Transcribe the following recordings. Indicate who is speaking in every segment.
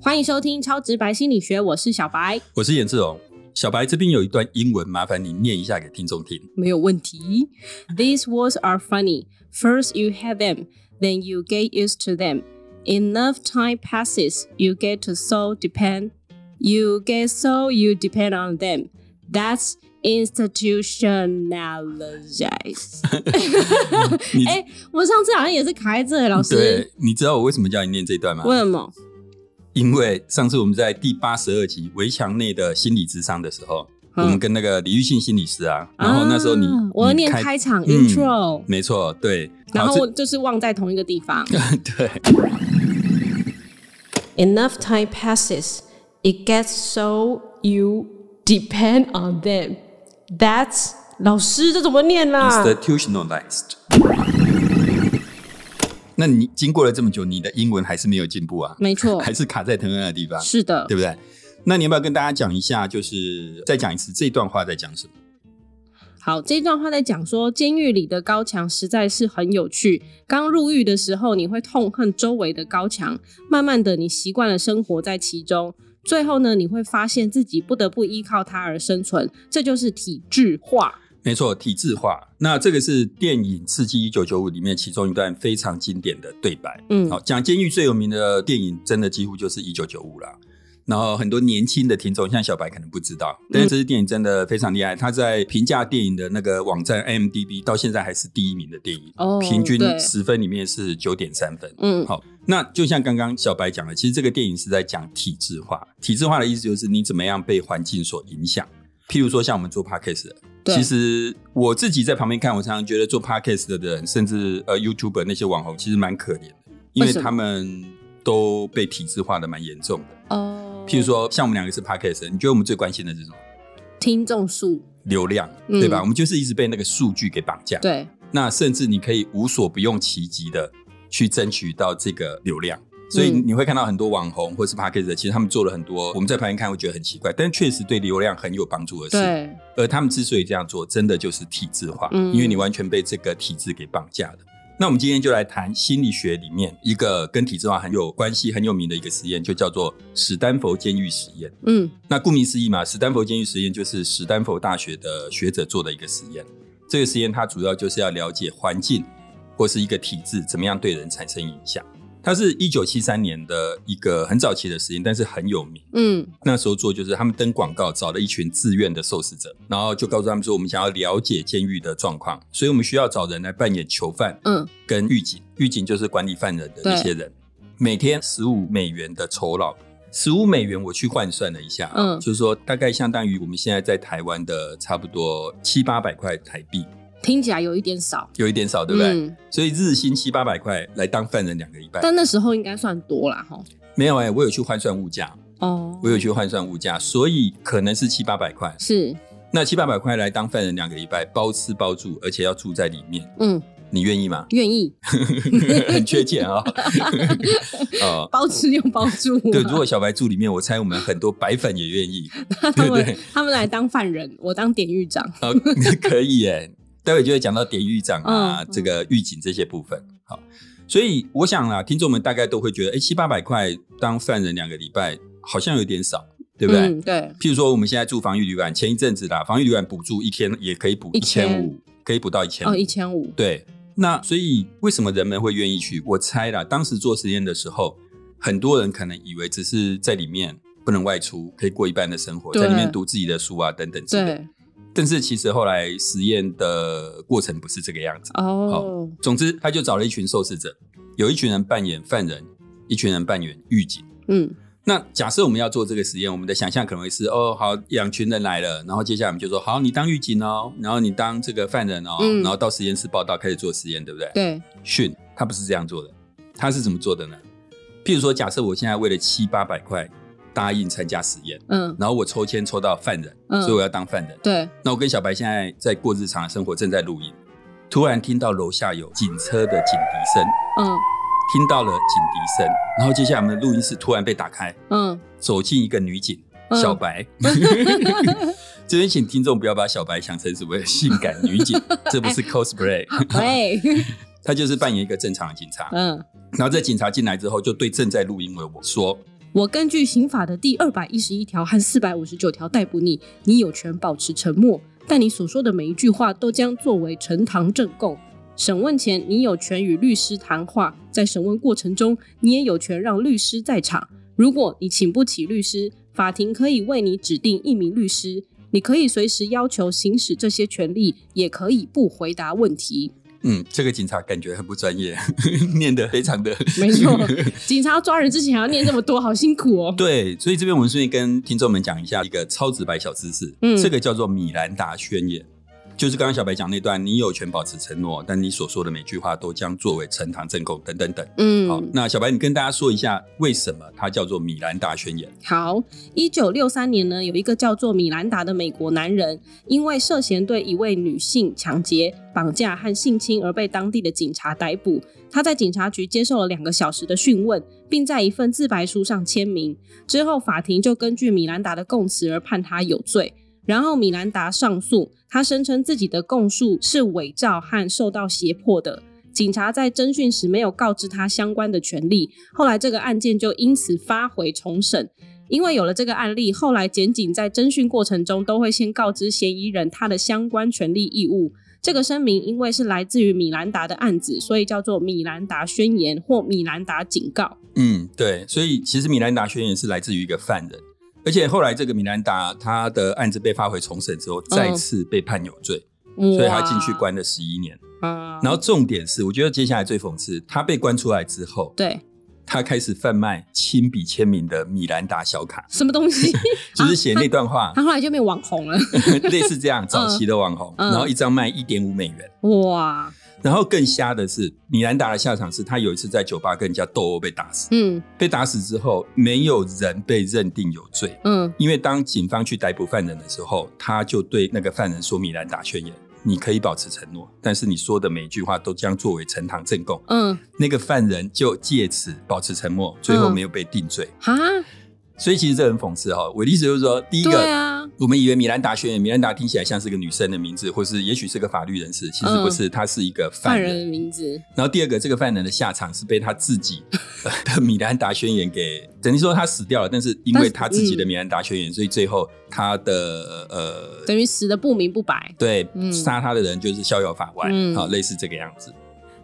Speaker 1: 欢迎收听《超直白心理学》，我是小白，
Speaker 2: 我是严志荣。小白这边有一段英文，麻烦你念一下给听众听。
Speaker 1: 没有问题。These words are funny. First you hate them, then you get used to them. Enough time passes, you get to so depend. You get so you depend on them. That's institutionalize.
Speaker 2: 你
Speaker 1: 哎、我上次好像也是卡在这里，老师，
Speaker 2: 对，你知道我为什么叫你念这段吗？
Speaker 1: 为什么？
Speaker 2: 因为上次我们在第八十二集《围墙内的心理智商》的时候，
Speaker 1: 嗯
Speaker 2: 我们跟那个李玉信心理师啊，然后那时候你、
Speaker 1: 啊我要
Speaker 2: 你
Speaker 1: 念开场
Speaker 2: 嗯
Speaker 1: intro，、
Speaker 2: 没错，对，
Speaker 1: 然后
Speaker 2: 这
Speaker 1: 我就是忘在同一个地方。
Speaker 2: 对，
Speaker 1: Enough time passes, it gets so you depend on them. That's 老师这怎么念啦
Speaker 2: institutionalized。那你经过了这么久，你的英文还是没有进步啊？
Speaker 1: 没错，
Speaker 2: 还是卡在同样的地方，
Speaker 1: 是的
Speaker 2: 对。不对？那你要不要跟大家讲一下，就是再讲一次这段话在讲什么？
Speaker 1: 好，这段话在讲说，监狱里的高墙实在是很有趣。刚入狱的时候，你会痛恨周围的高墙，慢慢的，你习惯了生活在其中。最后呢，你会发现自己不得不依靠它而生存，这就是体制化。
Speaker 2: 没错，体制化。那这个是电影《刺激一九九五》里面其中一段非常经典的对白。
Speaker 1: 嗯
Speaker 2: 好，讲监狱最有名的电影，真的几乎就是《一九九五》啦。然后很多年轻的听众，像小白可能不知道，
Speaker 1: 嗯
Speaker 2: 但是这支电影真的非常厉害。它在评价电影的那个网站 IMDB 到现在还是第一名的电影，
Speaker 1: 哦
Speaker 2: 平均
Speaker 1: 对
Speaker 2: 十分里面是九点三分。
Speaker 1: 嗯
Speaker 2: 好，那就像刚刚小白讲的，其实这个电影是在讲体制化。体制化的意思就是你怎么样被环境所影响。譬如说，像我们做 podcast，的
Speaker 1: 对
Speaker 2: 其实我自己在旁边看，我常常觉得做 podcast 的人，甚至呃 YouTuber 那些网红，其实蛮可怜的，因
Speaker 1: 为
Speaker 2: 为
Speaker 1: 什么
Speaker 2: 他们都被体制化的蛮严重的。
Speaker 1: 哦
Speaker 2: 譬如说，像我们两个是 podcast，的你觉得我们最关心的是什么？
Speaker 1: 听众数，
Speaker 2: 流量，
Speaker 1: 嗯
Speaker 2: 对吧？我们就是一直被那个数据给绑架。
Speaker 1: 对，
Speaker 2: 那甚至你可以无所不用其极的去争取到这个流量。所以
Speaker 1: 嗯
Speaker 2: 你会看到很多网红或是 p a c k a g e 其实他们做了很多我们在旁边看会觉得很奇怪，但确实对流量很有帮助的事。
Speaker 1: 对，
Speaker 2: 而他们之所以这样做，真的就是体制化，
Speaker 1: 嗯
Speaker 2: 因为你完全被这个体制给绑架了。那我们今天就来谈心理学里面一个跟体制化很有关系、很有名的一个实验，就叫做史丹佛监狱实验。
Speaker 1: 嗯
Speaker 2: 那顾名思义嘛，史丹佛监狱实验就是史丹佛大学的学者做的一个实验。这个实验它主要就是要了解环境或是一个体制怎么样对人产生影响。它是一九七三年的一个很早期的实验，但是很有名。
Speaker 1: 嗯
Speaker 2: 那时候做就是他们登广告，找了一群自愿的受试者，然后就告诉他们说，我们想要了解监狱的状况，所以我们需要找人来扮演囚犯
Speaker 1: 嗯，
Speaker 2: 跟狱警，狱警就是管理犯人的那些人，每天十五美元的酬劳，十五美元我去换算了一下、
Speaker 1: 嗯
Speaker 2: 嗯，就是说大概相当于我们现在在台湾的差不多七八百块台币，
Speaker 1: 听起来有一点少，
Speaker 2: 有一点少，对不对？
Speaker 1: 嗯、
Speaker 2: 所以日薪七八百块来当犯人两个礼拜，
Speaker 1: 但那时候应该算多啦，哈。
Speaker 2: 没有哎、我有去换算物价，
Speaker 1: 哦，
Speaker 2: 我有去换算物价，所以可能是七八百块，
Speaker 1: 是，
Speaker 2: 那七八百块来当犯人两个礼拜，包吃包住，而且要住在里面，
Speaker 1: 嗯，？
Speaker 2: 你愿意吗
Speaker 1: 愿意
Speaker 2: 很缺钱啊、 哦，
Speaker 1: 包吃又包住、啊
Speaker 2: 对，如果小白住里面，我猜我们很多白粉也愿意。
Speaker 1: 他们
Speaker 2: 对对
Speaker 1: 他们来当犯人，我当典狱长。
Speaker 2: 好，哦 可以耶。待会就会讲到典狱长啊，
Speaker 1: 嗯
Speaker 2: 这个狱警这些部分。好，所以我想啊，听众们大概都会觉得，哎，七八百块当犯人两个礼拜，好像有点少，对不对？
Speaker 1: 嗯，对，
Speaker 2: 譬如说，我们现在住防疫旅馆，前一阵子啦，防疫旅馆补助一天也可以补一
Speaker 1: 1000
Speaker 2: 千五，可以补到一千五
Speaker 1: 哦，。一千五，
Speaker 2: 对，那所以为什么人们会愿意去？我猜啦，当时做实验的时候，很多人可能以为只是在里面不能外出，可以过一般的生活，
Speaker 1: 对
Speaker 2: 在里面读自己的书啊等等之类的。
Speaker 1: 对，
Speaker 2: 但是其实后来实验的过程不是这个样子。
Speaker 1: 哦，
Speaker 2: 总之，他就找了一群受试者，有一群人扮演犯人，一群人扮演狱警。
Speaker 1: 嗯，
Speaker 2: 那假设我们要做这个实验，我们的想象可能会是哦，好，两群人来了，然后接下来我们就说，好，你当狱警哦，然后你当这个犯人哦，
Speaker 1: 嗯
Speaker 2: 然后到实验室报道，开始做实验，对不对？
Speaker 1: 对，
Speaker 2: 训，他不是这样做的，他是怎么做的呢？譬如说，假设我现在为了七八百块答应参加实验，
Speaker 1: 嗯，
Speaker 2: 然后我抽签抽到犯人，
Speaker 1: 嗯
Speaker 2: 所以我要当犯人。
Speaker 1: 对，
Speaker 2: 那我跟小白现在在过日常的生活，正在录音，突然听到楼下有警车的警笛声，
Speaker 1: 嗯
Speaker 2: 听到了警笛声，然后接下来我们的录音室突然被打开，
Speaker 1: 嗯，
Speaker 2: 走进一个女警。
Speaker 1: 嗯
Speaker 2: 小白，这边请听众不要把小白想成什么性感女警，这不是 cosplay，
Speaker 1: 喂，
Speaker 2: 她就是扮演一个正常的警察。
Speaker 1: 嗯
Speaker 2: 然后这警察进来之后，就对正在录音的我说：“
Speaker 1: 我根据刑法的第二百一十一条和四百五十九条逮捕你，你有权保持沉默，但你所说的每一句话都将作为呈堂证供。审问前，你有权与律师谈话，在审问过程中，你也有权让律师在场。如果你请不起律师，法庭可以为你指定一名律师。你可以随时要求行使这些权利，也可以不回答问题。
Speaker 2: 嗯，这个警察感觉很不专业， 念得非常的
Speaker 1: 没 错，警察抓人之前还要念这么多，好辛苦哦。
Speaker 2: 对，所以这边我们顺便跟听众们讲一下一个超直白小知识，
Speaker 1: 嗯
Speaker 2: 这个叫做米兰达宣言，就是刚刚小白讲那段，你有权保持承诺，但你所说的每句话都将作为呈堂证供等等等。
Speaker 1: 嗯，
Speaker 2: 好，那小白，你跟大家说一下为什么它叫做米兰达宣言？
Speaker 1: 好，一九六三年呢，有一个叫做米兰达的美国男人，因为涉嫌对一位女性抢劫、绑架和性侵而被当地的警察逮捕。他在警察局接受了两个小时的讯问，并在一份自白书上签名。之后，法庭就根据米兰达的供词而判他有罪。然后米兰达上诉，他声称自己的供述是伪造和受到胁迫的。警察在侦讯时没有告知他相关的权利，后来这个案件就因此发回重审。因为有了这个案例，后来检警在侦讯过程中都会先告知嫌疑人他的相关权利义务。这个声明因为是来自于米兰达的案子，所以叫做米兰达宣言或米兰达警告。
Speaker 2: 嗯，对，所以其实米兰达宣言是来自于一个犯人，而且后来这个米兰达他的案子被发回重审之后，再次被判有罪，所以他进去关了十一年。
Speaker 1: 嗯哇啊，
Speaker 2: 然后重点是，我觉得接下来最讽刺，他被关出来之后，
Speaker 1: 对
Speaker 2: 他开始贩卖亲笔签名的米兰达小卡，
Speaker 1: 什么东 西？
Speaker 2: 就是写那段话，
Speaker 1: 他后来就变网红了，
Speaker 2: 类似这样早期的网红，
Speaker 1: 嗯
Speaker 2: 然后一张卖一点五美元。
Speaker 1: 哇，
Speaker 2: 然后更瞎的是，米兰达的下场是他有一次在酒吧跟人家斗殴被打死，
Speaker 1: 嗯
Speaker 2: 被打死之后没有人被认定有罪，
Speaker 1: 嗯，
Speaker 2: 因为当警方去逮捕犯人的时候，他就对那个犯人说米兰达宣言。你可以保持承诺，但是你说的每一句话都将作为呈堂证供。
Speaker 1: 嗯
Speaker 2: 那个犯人就借此保持沉默，最后
Speaker 1: 嗯
Speaker 2: 没有被定罪。
Speaker 1: 哈，
Speaker 2: 所以其实这很讽刺哈、我的意思就是说，第一个，
Speaker 1: 对啊，
Speaker 2: 我们以为米兰达宣言，米兰达听起来像是个女生的名字，或是也许是个法律人士，其实不
Speaker 1: 嗯
Speaker 2: 是，他是一个犯
Speaker 1: 犯
Speaker 2: 人。
Speaker 1: 人的名字，
Speaker 2: 然后第二个，这个犯人的下场是被他自 己呃的米兰达宣言给，等于说他死掉了，但是因为他自己的米兰达宣言，所以最后他的呃，
Speaker 1: 等于死的不明不白。
Speaker 2: 对
Speaker 1: 嗯
Speaker 2: 杀他的人就是逍遥法外，
Speaker 1: 嗯
Speaker 2: 好、类似这个样子。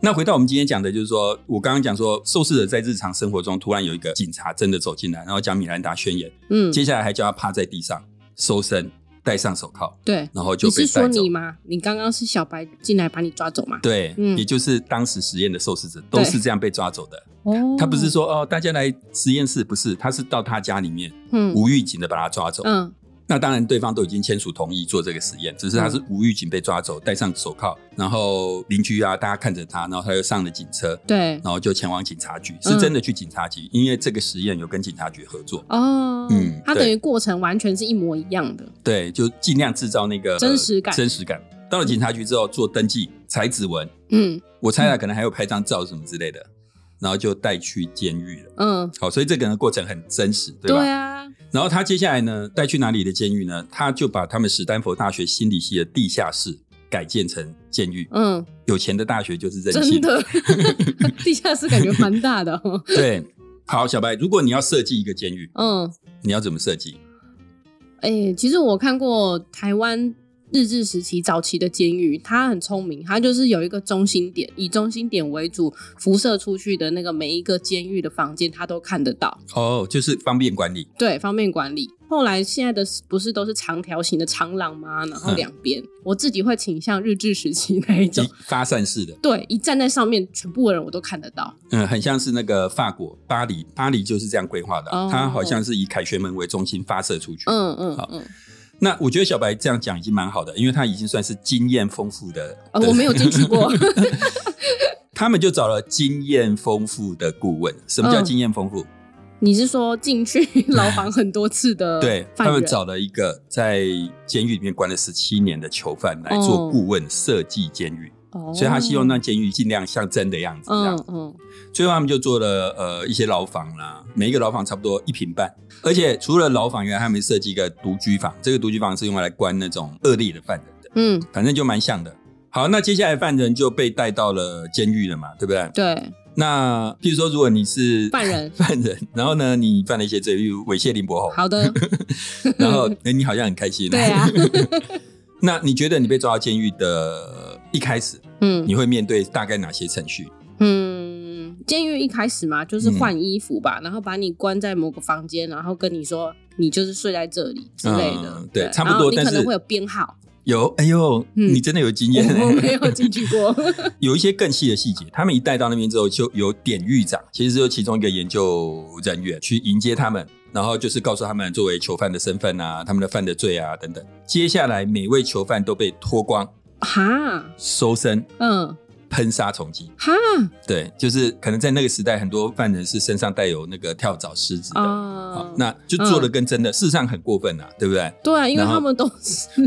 Speaker 2: 那回到我们今天讲的，就是说我刚刚讲说，受试者在日常生活中突然有一个警察真的走进来，然后讲米兰达宣言，
Speaker 1: 嗯，
Speaker 2: 接下来还叫他趴在地上搜身，戴上手铐。
Speaker 1: 对，
Speaker 2: 然后就
Speaker 1: 你
Speaker 2: 被
Speaker 1: 是
Speaker 2: 带
Speaker 1: 说
Speaker 2: 走
Speaker 1: 你。吗？你刚刚是小白进来把你抓走吗？
Speaker 2: 对，
Speaker 1: 嗯
Speaker 2: 也就是当时实验的受试者都
Speaker 1: 对
Speaker 2: 是这样被抓走的。
Speaker 1: 哦
Speaker 2: 他不是说哦，大家来实验室，不是，他是到他家里面
Speaker 1: 嗯
Speaker 2: 无预警的把他抓走。
Speaker 1: 嗯
Speaker 2: 那当然，对方都已经签署同意做这个实验，只是他
Speaker 1: 嗯
Speaker 2: 是无预警被抓走，戴上手铐，然后邻居啊，大家看着他，然后他又上了警车，
Speaker 1: 对
Speaker 2: 然后就前往警察局，是
Speaker 1: 嗯
Speaker 2: 真的去警察局，因为这个实验有跟警察局合作，
Speaker 1: 哦，
Speaker 2: 嗯
Speaker 1: 它
Speaker 2: 对
Speaker 1: 等于过程完全是一模一样的，
Speaker 2: 对，就尽量制造那个
Speaker 1: 真实感
Speaker 2: 真实感。到了警察局之后，做登记、采指纹，
Speaker 1: 嗯
Speaker 2: 我猜他可能还有拍张照什么之类的，然后就带去监狱了。
Speaker 1: 嗯，
Speaker 2: 好，所以这个人的过程很真实，对
Speaker 1: 对
Speaker 2: 吧？
Speaker 1: 啊，
Speaker 2: 然后他接下来呢，带去哪里的监狱呢？他就把他们史丹佛大学心理系的地下室改建成监狱。
Speaker 1: 嗯，
Speaker 2: 有钱的大学就是任
Speaker 1: 真，
Speaker 2: 性
Speaker 1: 的，地下室感觉蛮大的哦，
Speaker 2: 对。好，小白，如果你要设计一个监狱，
Speaker 1: 嗯，
Speaker 2: 你要怎么设计？
Speaker 1: 哎、其实我看过台湾日治时期早期的监狱，它很聪明，它就是有一个中心点，以中心点为主辐射出去的那个每一个监狱的房间，它都看得到，
Speaker 2: 哦，就是方便管理。
Speaker 1: 对，方便管理。后来现在的不是都是长条形的长廊吗？然后
Speaker 2: 嗯
Speaker 1: 两边，我自己会倾向日治时期那一种
Speaker 2: 一。发散式的，
Speaker 1: 对，一站在上面，全部的人我都看得到。
Speaker 2: 嗯，很像是那个法国巴黎，巴黎就是这样规划的啊，
Speaker 1: 哦
Speaker 2: 它好像是以凯旋门为中心发射出去。
Speaker 1: 嗯嗯
Speaker 2: 好
Speaker 1: 嗯，
Speaker 2: 那我觉得小白这样讲已经蛮好的，因为他已经算是经验丰富的。
Speaker 1: 呃，我没有进去 过。
Speaker 2: 他们就找了经验丰富的顾问。什么叫
Speaker 1: 嗯
Speaker 2: 经验丰富？
Speaker 1: 你是说进去牢房很多次的
Speaker 2: 对他
Speaker 1: 呃犯
Speaker 2: 们
Speaker 1: 人？
Speaker 2: 找了一个在监狱里面关了十七年的囚犯来做
Speaker 1: 哦
Speaker 2: 顾问，设计监狱。
Speaker 1: 哦
Speaker 2: 所以他希望让监狱尽量像真的样子这样。
Speaker 1: 嗯嗯，
Speaker 2: 最后他们就做了呃一些牢房啦，每一个牢房差不多一平半，而且除了牢房以外，他们设计一个独居房，这个独居房是用来关那种恶劣的犯人的，
Speaker 1: 嗯，
Speaker 2: 反正就蛮像的。好，那接下来犯人就被带到了监狱了嘛，对不对？
Speaker 1: 对，
Speaker 2: 那譬如说，如果你是
Speaker 1: 犯人
Speaker 2: 犯人，然后呢，你犯了一些罪，例如猥亵林伯侯，
Speaker 1: 好 的，
Speaker 2: 然后哎、你好像很开心，
Speaker 1: 对啊。
Speaker 2: 那你觉得你被抓到监狱的一开始，
Speaker 1: 嗯
Speaker 2: 你会面对大概哪些程序？
Speaker 1: 嗯，监狱一开始嘛，就是换衣服吧，
Speaker 2: 嗯
Speaker 1: 然后把你关在某个房间，然后跟你说你就是睡在这里之类的，
Speaker 2: 嗯对差不多
Speaker 1: 然后你
Speaker 2: 但
Speaker 1: 可能
Speaker 2: 是
Speaker 1: 会有编号，
Speaker 2: 有，哎呦，
Speaker 1: 嗯
Speaker 2: 你真的有经验、
Speaker 1: 我没有进去过。
Speaker 2: 有一些更细的细节，他们一带到那边之后，就有典狱长，其实就是其中一个研究人员去迎接他们，然后就是告诉他们作为囚犯的身份啊，他们的犯的罪啊等等。接下来每位囚犯都被脱光、
Speaker 1: 哈，
Speaker 2: 搜身、
Speaker 1: 嗯，
Speaker 2: 喷杀虫剂。
Speaker 1: 哈，
Speaker 2: 对，就是可能在那个时代，很多犯人是身上带有那个跳蚤、虱子的。
Speaker 1: 啊
Speaker 2: 好，那就做的跟真的，事实上很过分啊，对不对？
Speaker 1: 对啊，因为
Speaker 2: 然后
Speaker 1: 他们都是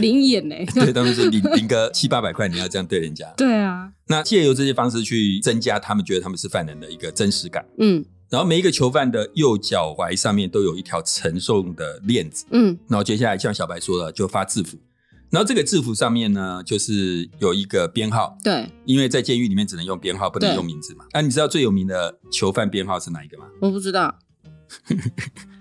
Speaker 1: 灵眼呢、
Speaker 2: 对，啊他们说领领个七八百块，你要这样对人家，
Speaker 1: 对啊，
Speaker 2: 那借由这些方式去增加他们觉得他们是犯人的一个真实感。
Speaker 1: 嗯
Speaker 2: 然后每一个囚犯的右脚踝上面都有一条承重的链子，
Speaker 1: 嗯
Speaker 2: 然后接下来像小白说的，就发制服。然后这个制服上面呢，就是有一个编号，
Speaker 1: 对，
Speaker 2: 因为在监狱里面只能用编号，不能
Speaker 1: 对
Speaker 2: 用名字嘛。那、啊你知道最有名的囚犯编号是哪一个吗？
Speaker 1: 我不知 道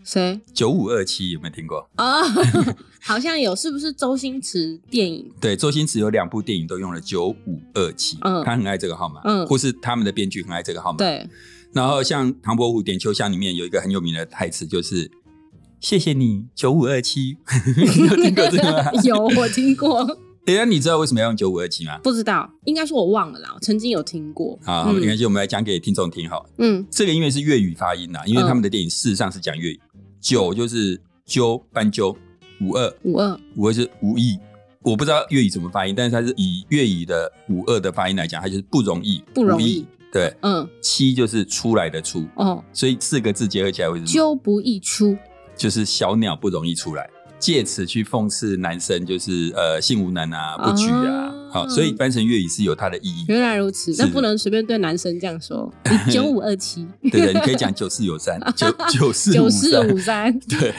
Speaker 1: 谁
Speaker 2: 九五二七有没有听过？
Speaker 1: 啊， 好像有，是不是周星驰电影？
Speaker 2: 对，周星驰有两部电影都用了九五二七，
Speaker 1: 嗯
Speaker 2: 他很爱这个号码，
Speaker 1: 嗯
Speaker 2: 或是他们的编剧很爱这个号码。，
Speaker 1: 对，
Speaker 2: 然后像唐伯虎点秋香里面有一个很有名的台词，就是“谢谢你九五 二七”， 你有听过这个吗？
Speaker 1: 有我听过，
Speaker 2: 哎，那你知道为什么要用九五二七吗？
Speaker 1: 不知道，应该是我忘了啦，我曾经有听过。
Speaker 2: 好，没关系，我们来讲给听众听好了。
Speaker 1: 嗯
Speaker 2: 这个因为是粤语发音呐、因为
Speaker 1: 嗯
Speaker 2: 他们的电影事实上是讲粤语。九就是纠斑鸠，五二
Speaker 1: 五二
Speaker 2: 五二是无意，我不知道粤语怎么发音，但是它是以粤语的五二的发音来讲，它就是不容易，
Speaker 1: 不容易
Speaker 2: 无意。对，
Speaker 1: 嗯
Speaker 2: 七就是出来的出，
Speaker 1: 哦，
Speaker 2: 所以四个字结合起来会是什么
Speaker 1: 究不易出，
Speaker 2: 就是小鸟不容易出来，借此去讽刺男生就是呃性无能啊、不举啊。
Speaker 1: 啊
Speaker 2: 好，所以翻成粤语是有它的意义。
Speaker 1: 原来如此，
Speaker 2: 是
Speaker 1: 那不能随便对男生这样 说。你九五二七，
Speaker 2: 对对，你可 以讲九四有三，九九 四
Speaker 1: 九
Speaker 2: 五
Speaker 1: 四
Speaker 2: 三
Speaker 1: 五，三，
Speaker 2: 对。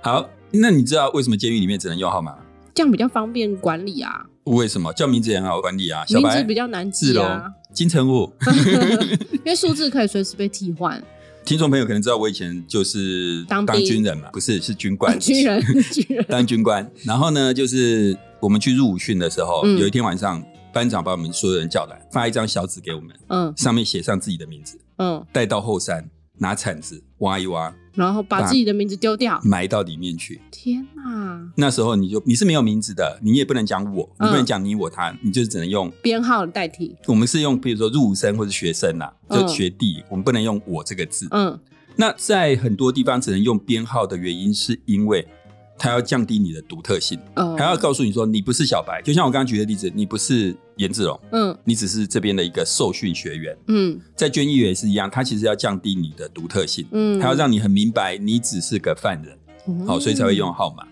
Speaker 2: 好，那你知道为什么监狱里面只能用号码吗？
Speaker 1: 这样比较方便管理啊，
Speaker 2: 为什么叫名字也很好管理啊？小
Speaker 1: 名字
Speaker 2: 白、
Speaker 1: 比较难
Speaker 2: 志
Speaker 1: 记
Speaker 2: 龙
Speaker 1: 啊，、
Speaker 2: 金城武，
Speaker 1: 因为数字可以随时被替换。
Speaker 2: 听众朋友可能知道，我以前就是
Speaker 1: 当兵
Speaker 2: 军人嘛，不是是军 官，
Speaker 1: 军人，军人，
Speaker 2: 当军官。然后呢，就是我们去入伍训的时候，
Speaker 1: 嗯
Speaker 2: 有一天晚上，班长把我们所有人叫来，发一张小纸给我们，
Speaker 1: 嗯
Speaker 2: 上面写上自己的名字，
Speaker 1: 嗯，
Speaker 2: 带到后山，拿铲子挖一挖，
Speaker 1: 然后把
Speaker 2: 把
Speaker 1: 自己的名字丢掉。
Speaker 2: 埋到里面去。
Speaker 1: 天哪，
Speaker 2: 那时候你就你是没有名字的，你也不能讲我，你
Speaker 1: 嗯
Speaker 2: 不能讲你我他，你就只能用
Speaker 1: 编号代替，
Speaker 2: 我们是用，比如说入伍生或者学生啦、
Speaker 1: 嗯
Speaker 2: 就学弟，我们不能用我这个字。
Speaker 1: 嗯
Speaker 2: 那在很多地方只能用编号的原因，是因为它要降低你的独特性，
Speaker 1: 哦，
Speaker 2: 还要告诉你说你不是小白。就像我刚刚举的例子，你不是颜志龙，
Speaker 1: 嗯
Speaker 2: 你只是这边的一个受训学员。
Speaker 1: 嗯
Speaker 2: 在捐议员也是一样，他其实要降低你的独特性，
Speaker 1: 嗯，
Speaker 2: 他要让你很明白你只是个犯人。
Speaker 1: 嗯
Speaker 2: 好，所以才会用啊号码。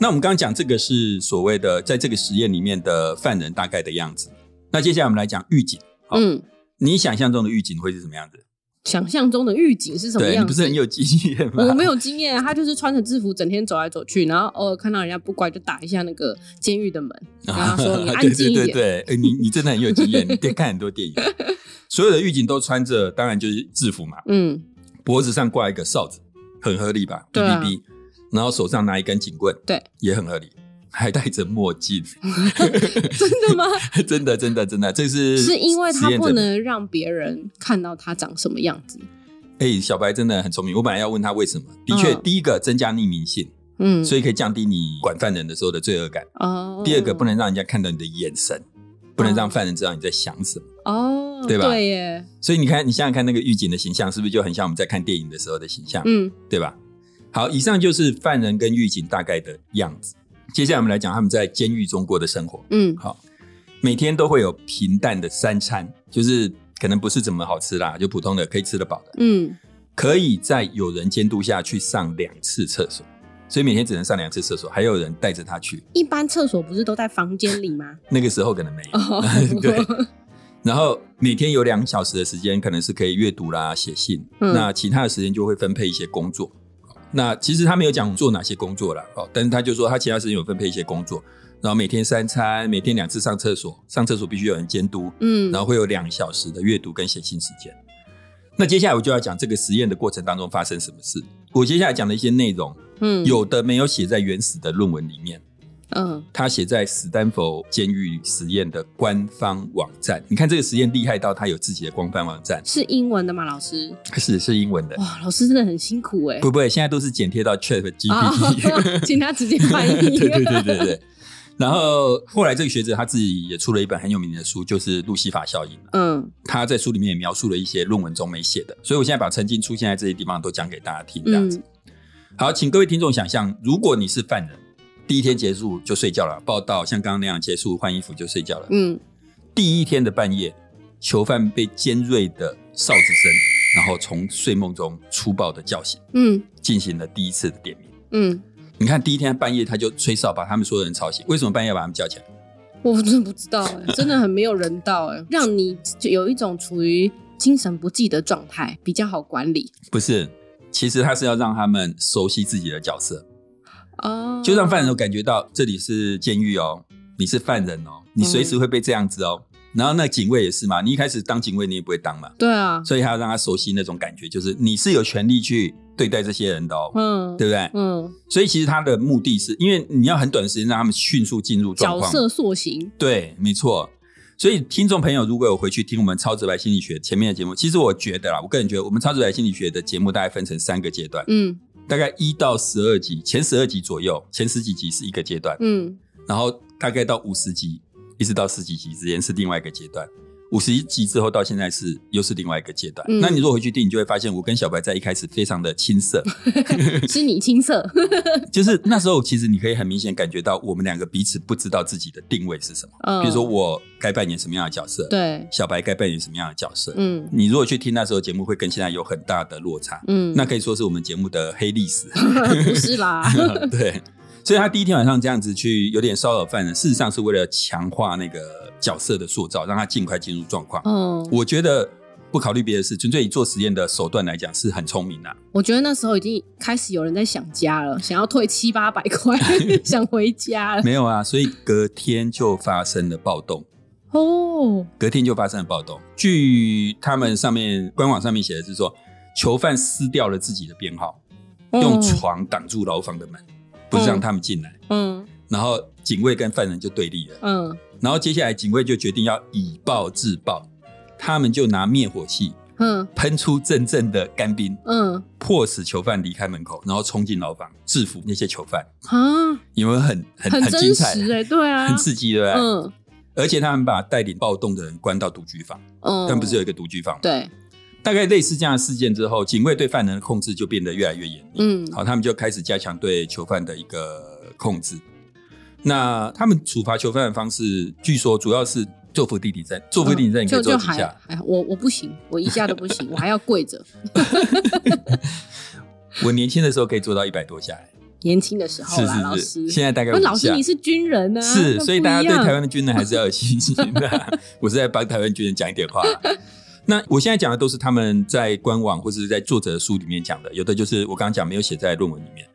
Speaker 2: 那我们刚刚讲这个是所谓的在这个实验里面的犯人大概的样子。那接下来我们来讲狱警，好
Speaker 1: 嗯。
Speaker 2: 你想象中的狱警会是什么样子？
Speaker 1: 想象中的狱警是什么
Speaker 2: 对你
Speaker 1: 样
Speaker 2: 不
Speaker 1: 子？
Speaker 2: 是很有经验吗？
Speaker 1: 我没有经验啊，他就是穿着制服，整天走来走去，然后偶尔看到人家不乖就打一下那个监狱 的门，跟他说你安
Speaker 2: 对
Speaker 1: 静
Speaker 2: 对
Speaker 1: 一点。
Speaker 2: 啊对对，哎你你真的很有经验，你得看很多 电影。所有的狱警都穿着，当然就是制服嘛，
Speaker 1: 嗯，
Speaker 2: 脖子上挂一个哨子，很合理吧？
Speaker 1: 对啊
Speaker 2: BBB，然后手上拿一根警棍，
Speaker 1: 对，
Speaker 2: 也很合理，还戴着墨镜，
Speaker 1: 真的吗？
Speaker 2: 真的真的真的，这 是
Speaker 1: 是因为
Speaker 2: 实
Speaker 1: 他
Speaker 2: 验
Speaker 1: 不
Speaker 2: 证的
Speaker 1: 能让别人看到他长什么样子。
Speaker 2: 哎、小白真的很聪明。我本来要问他为什么，的确，
Speaker 1: 嗯
Speaker 2: 第一个增加匿名性，
Speaker 1: 嗯，
Speaker 2: 所
Speaker 1: 以
Speaker 2: 以可以降低你管犯人的时候的罪恶感；
Speaker 1: 哦，
Speaker 2: 第二个，不能让人家看到你的眼神，不能让犯人知道你在想什么。
Speaker 1: 哦，
Speaker 2: 对吧
Speaker 1: 对耶，
Speaker 2: 所以你看，你想想看，那个狱警的形象是不是就很像我们在看电影的时候的形象，
Speaker 1: 嗯
Speaker 2: 对吧？好，以上就是犯人跟狱警大概的样子。接下来我们来讲他们在监狱中过的生活。
Speaker 1: 嗯
Speaker 2: 好，每天都会有平淡的三餐，就是可能不是怎么好吃啦，就普通的可以吃得饱的。
Speaker 1: 嗯，
Speaker 2: 可以在有人监督下去上两次厕所，所以每天只能上两次厕所，还有人带着他去。
Speaker 1: 一般厕所不是都在房间里 吗？
Speaker 2: 那个时候可能没有，
Speaker 1: 哦
Speaker 2: 对。然后每天有两小时的时间，可能是可以阅读啦、写信。
Speaker 1: 嗯
Speaker 2: 那其他的时间就会分配一些工作。那其实他没有讲做哪些工作啦，哦，但是他就说他其他时间有分配一些工作，然后每天三餐，每天两次上厕所，上厕所必须有人监督，
Speaker 1: 嗯，
Speaker 2: 然后会有两小时的阅读跟写信时间。那接下来我就要讲这个实验的过程当中发生什么事。我接下来讲的一些内容，
Speaker 1: 嗯
Speaker 2: 有的没有写在原始的论文里面，
Speaker 1: 嗯
Speaker 2: 他写在史丹佛监狱实验的官方网站。你看这个实验厉害到他有自己的官方网站，
Speaker 1: 是英文的吗？老师？
Speaker 2: 是是英文的，
Speaker 1: 哇，老师真的很辛苦哎、
Speaker 2: 不不，现在都是剪贴到 Chat
Speaker 1: 啊
Speaker 2: GPT。，
Speaker 1: 请他直接翻译。
Speaker 2: 对对对对对。然后后来这个学者他自己也出了一本很有名的书，就是《路西法效应》。
Speaker 1: 嗯
Speaker 2: 他在书里面也描述了一些论文中没写的，所以我现在把曾经出现在这些地方都讲给大家听。这样子，
Speaker 1: 嗯
Speaker 2: 好，请各位听众想象，如果你是犯人，第一天结束就睡觉了，报道像刚刚那样结束，换衣服就睡觉了。
Speaker 1: 嗯，
Speaker 2: 第一天的半夜，囚犯被尖锐的哨子声，然后从睡梦中粗暴的叫醒，
Speaker 1: 嗯
Speaker 2: 进行了第一次的点名。
Speaker 1: 嗯，
Speaker 2: 你看，第一天半夜他就吹哨，把他们所有人吵醒。为什么半夜要把他们叫起来？
Speaker 1: 我真的不知道哎、真的很没有人道哎、 让你就有一种处于精神不济的状态，比较好管理
Speaker 2: 不是，其实他是要让他们熟悉自己的角色，
Speaker 1: 哦。
Speaker 2: 就让犯人有感觉到这里是监狱哦，你是犯人哦，你随时会被这样子哦。然后那警卫也是嘛，你一开始当警卫你也不会当嘛，
Speaker 1: 对啊，
Speaker 2: 所以他要让他熟悉那种感觉，就是你是有权利去对待这些人的哦，
Speaker 1: 嗯
Speaker 2: 对不对？
Speaker 1: 嗯，
Speaker 2: 所以其实他的目的是因为你要很短的时间让他们迅速进入状
Speaker 1: 角
Speaker 2: 况，
Speaker 1: 色塑形，
Speaker 2: 对，没错。所以听众朋友，如果有回去听我们超直白心理学前面的节目，其实我觉得啦，我个人觉得我们超直白心理学的节目大概分成三个阶段，
Speaker 1: 嗯
Speaker 2: 大概一到十二集，前十二集左右，前十几集是一个阶段，
Speaker 1: 嗯
Speaker 2: 然后大概到五十集，一直到十几集之间是另外一个阶段。五十集之后到现在是又是另外一个阶段。
Speaker 1: 嗯
Speaker 2: 那你如果回去听，你就会发现我跟小白在一开始非常的青 涩，
Speaker 1: 是你青涩，
Speaker 2: 就是那时候其实你可以很明显感觉到我们两个彼此不知道自己的定位是什么。
Speaker 1: 嗯，
Speaker 2: 比如说我该扮演什么样的角色，
Speaker 1: 对，
Speaker 2: 小白该扮演什么样的角色。
Speaker 1: 嗯
Speaker 2: 你如果去听那时候节目，会跟现在有很大的落差，
Speaker 1: 嗯，
Speaker 2: 那可以说是我们节目的黑历史。
Speaker 1: 不是啦，
Speaker 2: 对，所以他第一天晚上这样子去有点骚扰犯人，事实上是为了强化那个角色的塑造，让他尽快进入状况。
Speaker 1: 嗯，
Speaker 2: 我觉得不考虑别的事，纯粹以做实验的手段来讲是很 聪明的、
Speaker 1: 我觉得那时候已经开始有人在想家了，想要退七八百 块，想回家了。
Speaker 2: 没有啊，所以隔天就发生了暴动。
Speaker 1: 哦，
Speaker 2: 隔天就发生了暴动。据他们上面官网上面写的是说，囚犯撕掉了自己的编号，
Speaker 1: 哦
Speaker 2: 用床挡住牢房的门，不是让他们进来。
Speaker 1: 嗯
Speaker 2: 然后警卫跟犯人就对立了。
Speaker 1: 嗯
Speaker 2: 然后接下来警卫就决定要以暴制暴，他们就拿灭火器
Speaker 1: 嗯
Speaker 2: 喷出阵阵的干冰，
Speaker 1: 嗯，
Speaker 2: 迫使囚犯离开门口，然后冲进牢房，制服那些囚犯。
Speaker 1: 啊，
Speaker 2: 有没有很很
Speaker 1: 很
Speaker 2: 精
Speaker 1: 真
Speaker 2: 彩？
Speaker 1: 实哎，对啊，
Speaker 2: 很刺激，对不对？
Speaker 1: 嗯
Speaker 2: 而且他们把带领暴动的人关到独居房，
Speaker 1: 嗯，
Speaker 2: 但不是有一个独居房吗？
Speaker 1: 对，
Speaker 2: 大概类似这样的事件之后，警卫对犯人的控制就变得越来越严厉。
Speaker 1: 嗯
Speaker 2: 好，他们就开始加强对囚犯的一个控制。那他们处罚囚犯的方式，据说主要是做伏地挺身。做伏地挺身你可
Speaker 1: 嗯
Speaker 2: 以
Speaker 1: 就
Speaker 2: 做
Speaker 1: 就
Speaker 2: 几
Speaker 1: 还
Speaker 2: 下？
Speaker 1: 还我我不行，我一下都不 行，我还要跪着。
Speaker 2: 我年轻的时候可以做到一百多下，哎
Speaker 1: 年轻的时候
Speaker 2: 是
Speaker 1: 啦，老
Speaker 2: 是
Speaker 1: 师
Speaker 2: 是。，现在大概
Speaker 1: 那
Speaker 2: 五
Speaker 1: 老师
Speaker 2: 下
Speaker 1: 你。是军人呢，
Speaker 2: 是，
Speaker 1: 啊那
Speaker 2: 所以
Speaker 1: 不
Speaker 2: 大家
Speaker 1: 一
Speaker 2: 对
Speaker 1: 样
Speaker 2: 台湾的军人还是要有信心的啊。 我是在帮台湾军人讲一点话。啊那我现在讲的都是他们在官网或是在作者的书里面讲的，有的就是我刚刚讲没有写在论文里面。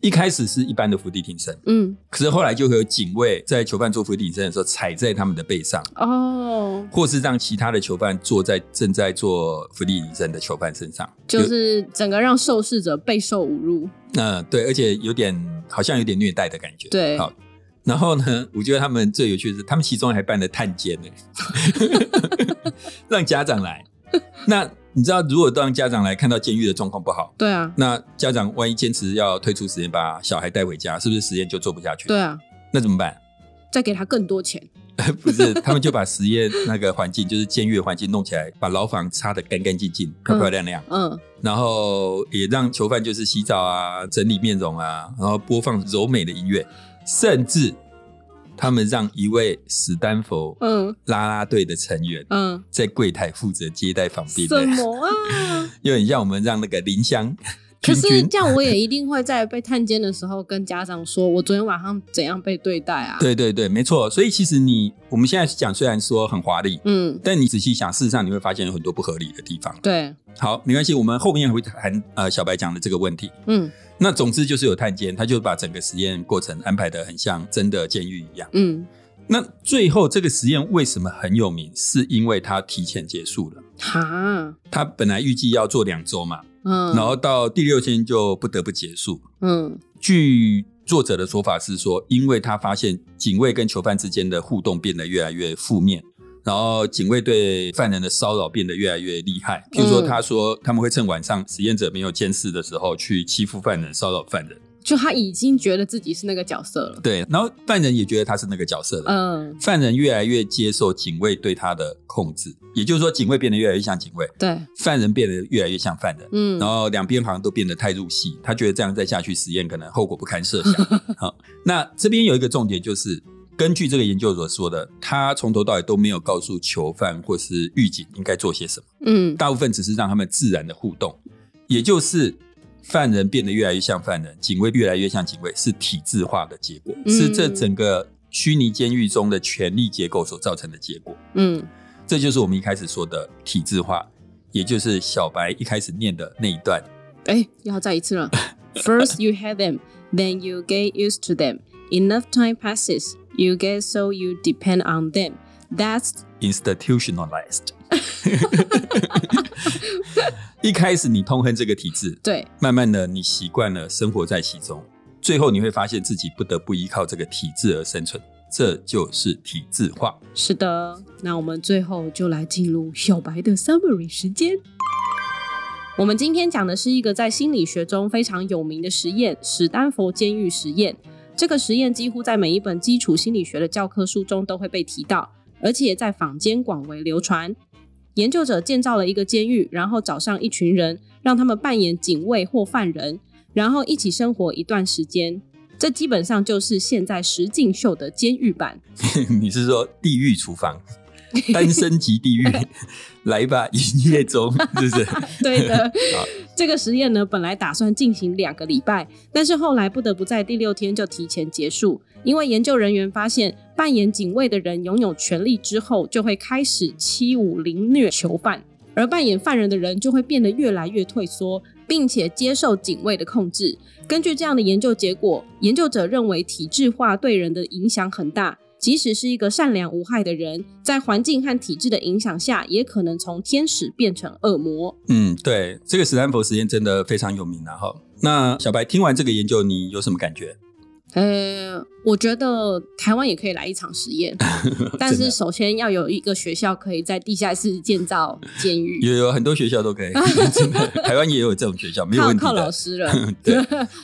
Speaker 2: 一开始是一般的伏地挺身，
Speaker 1: 嗯
Speaker 2: 可是后来就会有警卫在囚犯做伏地挺身的时候踩在他们的背上，
Speaker 1: 哦，
Speaker 2: 或是让其他的囚犯坐在正在做伏地挺身的囚犯身上。
Speaker 1: 就是整个让受试者备受侮辱。
Speaker 2: 嗯、对，而且有点好像有点虐待的感觉。
Speaker 1: 对
Speaker 2: 好。然后呢， 我觉得他们最有趣的是，他们其中还办了探监呢， 让家长来。那你知道，如果让家长来看到监狱的状况不好，
Speaker 1: 对啊，
Speaker 2: 那家长万一坚持要退出实验，把小孩带回家，是不是实验就做不下去？
Speaker 1: 对，啊，
Speaker 2: 那怎么办？
Speaker 1: 再给他更多钱。
Speaker 2: 不是，他们就把实验那个环境，就是监狱的环境弄起来，把牢房擦得干干净净、漂漂亮亮。
Speaker 1: 嗯
Speaker 2: 然后也让囚犯就是洗澡啊、整理面容啊，然后播放柔美的音乐，甚至他们让一位史丹佛
Speaker 1: 嗯
Speaker 2: 啦啦队的成员
Speaker 1: 嗯，
Speaker 2: 在柜台负责接待访宾
Speaker 1: 什
Speaker 2: 的，
Speaker 1: 么啊？
Speaker 2: 有点像我们让那个林香
Speaker 1: 可
Speaker 2: 君
Speaker 1: 是
Speaker 2: 君
Speaker 1: 这样，我也一定会在被探监的时候跟家长说，我昨天晚上怎样被对待啊？，
Speaker 2: 对对对，没错。所以其实你我们现在讲，虽然说很华丽，
Speaker 1: 嗯，
Speaker 2: 但你仔细想，事实上你会发现有很多不合理的地方。
Speaker 1: 对，
Speaker 2: 好，没关系，我们后面还会谈呃小白讲的这个问题。
Speaker 1: 嗯
Speaker 2: 那总之就是有探监，他就把整个实验过程安排的很像真的监狱一样。
Speaker 1: 嗯，
Speaker 2: 那最后这个实验为什么很有名？是因为它提前结束了。
Speaker 1: 哈，
Speaker 2: 他本来预计要做两周嘛，
Speaker 1: 嗯，
Speaker 2: 然后到第六天就不得不结束。
Speaker 1: 嗯
Speaker 2: 据作者的说法是说，因为他发现警卫跟囚犯之间的互动变得越来越负面，然后警卫对犯人的骚扰变得越来越厉害。譬如说，
Speaker 1: 嗯
Speaker 2: 他说他们会趁晚上实验者没有监视的时候去欺负犯人、骚扰犯人。
Speaker 1: 就他已经觉得自己是那个角色了，
Speaker 2: 对，然后犯人也觉得他是那个角色的。
Speaker 1: 嗯，
Speaker 2: 犯人越来越接受警卫对他的控制，也就是说，警卫变得越来越像警卫，
Speaker 1: 对，
Speaker 2: 犯人变得越来越像犯人。
Speaker 1: 嗯
Speaker 2: 然，后两边好像都变得太入戏，他觉得这样再下去实验可能后果不 堪设想。好，那这边有一个重点就是，根据这个研究所说的，他从头到尾都没有告诉囚犯或是狱警应该做些什么，
Speaker 1: 嗯
Speaker 2: 大部分只是让他们自然的互动，也就是犯人变得越来越像犯人，警卫越来越像警卫，是体制化的结果，
Speaker 1: 嗯
Speaker 2: 是这整个虚拟监狱中的权力结构所造成的结果。
Speaker 1: 嗯
Speaker 2: 这就是我们一开始说的体制化，也就是小白一开始念的那一段。
Speaker 1: 哎，要再一次了。First you hate them, then you get used to them. Enough time passes, you get so you depend on them. That's
Speaker 2: institutionalized。一开始你痛恨这个体制，
Speaker 1: 对，
Speaker 2: 慢慢的你习惯了生活在其中，最后你会发现自己不得不依靠这个体制而生存，这就是体制化。
Speaker 1: 是的。那我们最后就来进入小白的 summary 时间。我们今天讲的是一个在心理学中非常有名的实验——史丹佛监狱实验。这个实验几乎在每一本基础心理学的教科书中都会被提到，而且在坊间广为流传。研究者建造了一个监狱，然后找上一群人，让他们扮演警卫或犯人，然后一起生活一段时间。这基本上就是现在石进秀的监狱版。
Speaker 2: 你是说地狱 厨房，单身级地狱，来吧，一夜中， 是不是？
Speaker 1: 对的，这个实验呢，本来打算进行两个礼拜，但是后来不得不在第六天就提前结束，因为研究人员发现，扮演警卫的人拥有权利之后，就会开始欺侮凌虐囚犯，而扮演犯人的人就会变得越来越退缩，并且接受警卫的控制。根据这样的研究结果，研究者认为体制化对人的影响很大。即使是一个善良无害的人，在环境和体制的影响下，也可能从天使变成恶魔。
Speaker 2: 嗯，对，这个史丹佛实验真的非常有名啊！哈，那小白听完这个研究，你有什么感觉？
Speaker 1: 呃，我觉得台湾也可以来一场实 验，但是首先要有一个学校可以在地下室建造监狱，
Speaker 2: 有有很多学校都可以， 真的，台湾也有这种学校，没有
Speaker 1: 靠
Speaker 2: 问题
Speaker 1: 靠老
Speaker 2: 的。
Speaker 1: 师了。
Speaker 2: 对，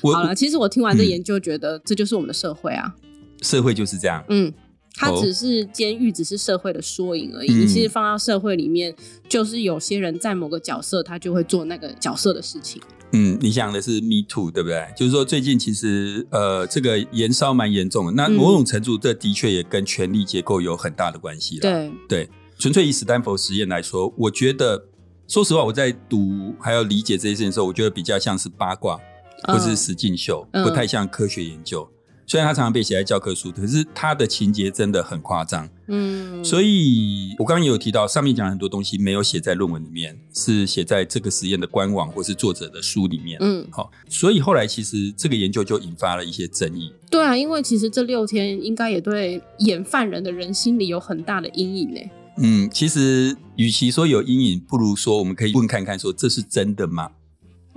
Speaker 2: 我
Speaker 1: 好了，其实我听完这
Speaker 2: 嗯
Speaker 1: 研究，觉得这就是我们的社会啊。
Speaker 2: 社会就是这样。
Speaker 1: 嗯，它
Speaker 2: 哦
Speaker 1: 只是监狱，只是社会的缩影而已。
Speaker 2: 嗯
Speaker 1: 你其实放到社会里面，就是有些人在某个角色，他就会做那个角色的事情。
Speaker 2: 嗯，你想的是 Me Too 对不对？就是说最近其实呃，这个延烧蛮严重的。那
Speaker 1: 嗯
Speaker 2: 某种程度，这的确也跟权力结构有很大的关系啦。
Speaker 1: 对，
Speaker 2: 对，啊纯粹以史丹佛实验来说，我觉得说实话，我在读还有理解这些事情的时候，我觉得比较像是八卦
Speaker 1: 嗯
Speaker 2: 或是实境秀，
Speaker 1: 嗯
Speaker 2: 不太像科学研究。虽然它常常被写在教科书，可是它的情节真的很夸张。
Speaker 1: 嗯，
Speaker 2: 所以我刚刚也有提到，上面讲的很多东西没有写在论文里面，是写在这个实验的官网或是作者的书里面。
Speaker 1: 嗯，
Speaker 2: 好、所以后来其实这个研究就引发了一些争议。
Speaker 1: 对啊，因为其实这六天应该也对演犯人的人心里有很大的阴影呢、
Speaker 2: 嗯，其实与其说有阴影，不如说我们可以问看看，说这是真的吗？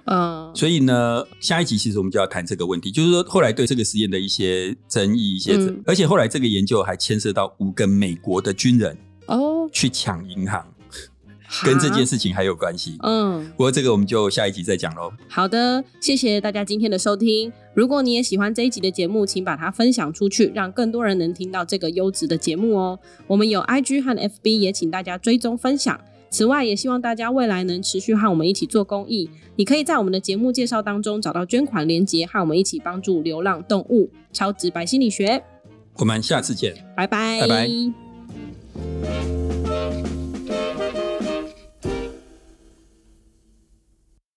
Speaker 1: 嗯，
Speaker 2: 所以呢，下一集其实我们就要谈这个问题，就是说后来对这个实验的一些争议，一些，
Speaker 1: 嗯
Speaker 2: 而且后来这个研究还牵涉到五个美国的军人
Speaker 1: 哦，
Speaker 2: 去抢银行，跟这件
Speaker 1: 事，
Speaker 2: 事情还有关系。
Speaker 1: 嗯，
Speaker 2: 不过这个我们就下一集再讲喽。
Speaker 1: 好的，谢谢大家今天的收听。如果你也喜欢这一集的节目，请把它分享出去，让更多人能听到这个优质的节目哦。我们有 IG 和 FB，也请大家追踪分享。此外，也希望大家未来能持续和我们一起做公益。你可以在我们的节目介绍当中找到捐款链接，和我们一起帮助流浪动物。超直白心理学，
Speaker 2: 我们下次见。
Speaker 1: 拜拜，
Speaker 2: 拜拜。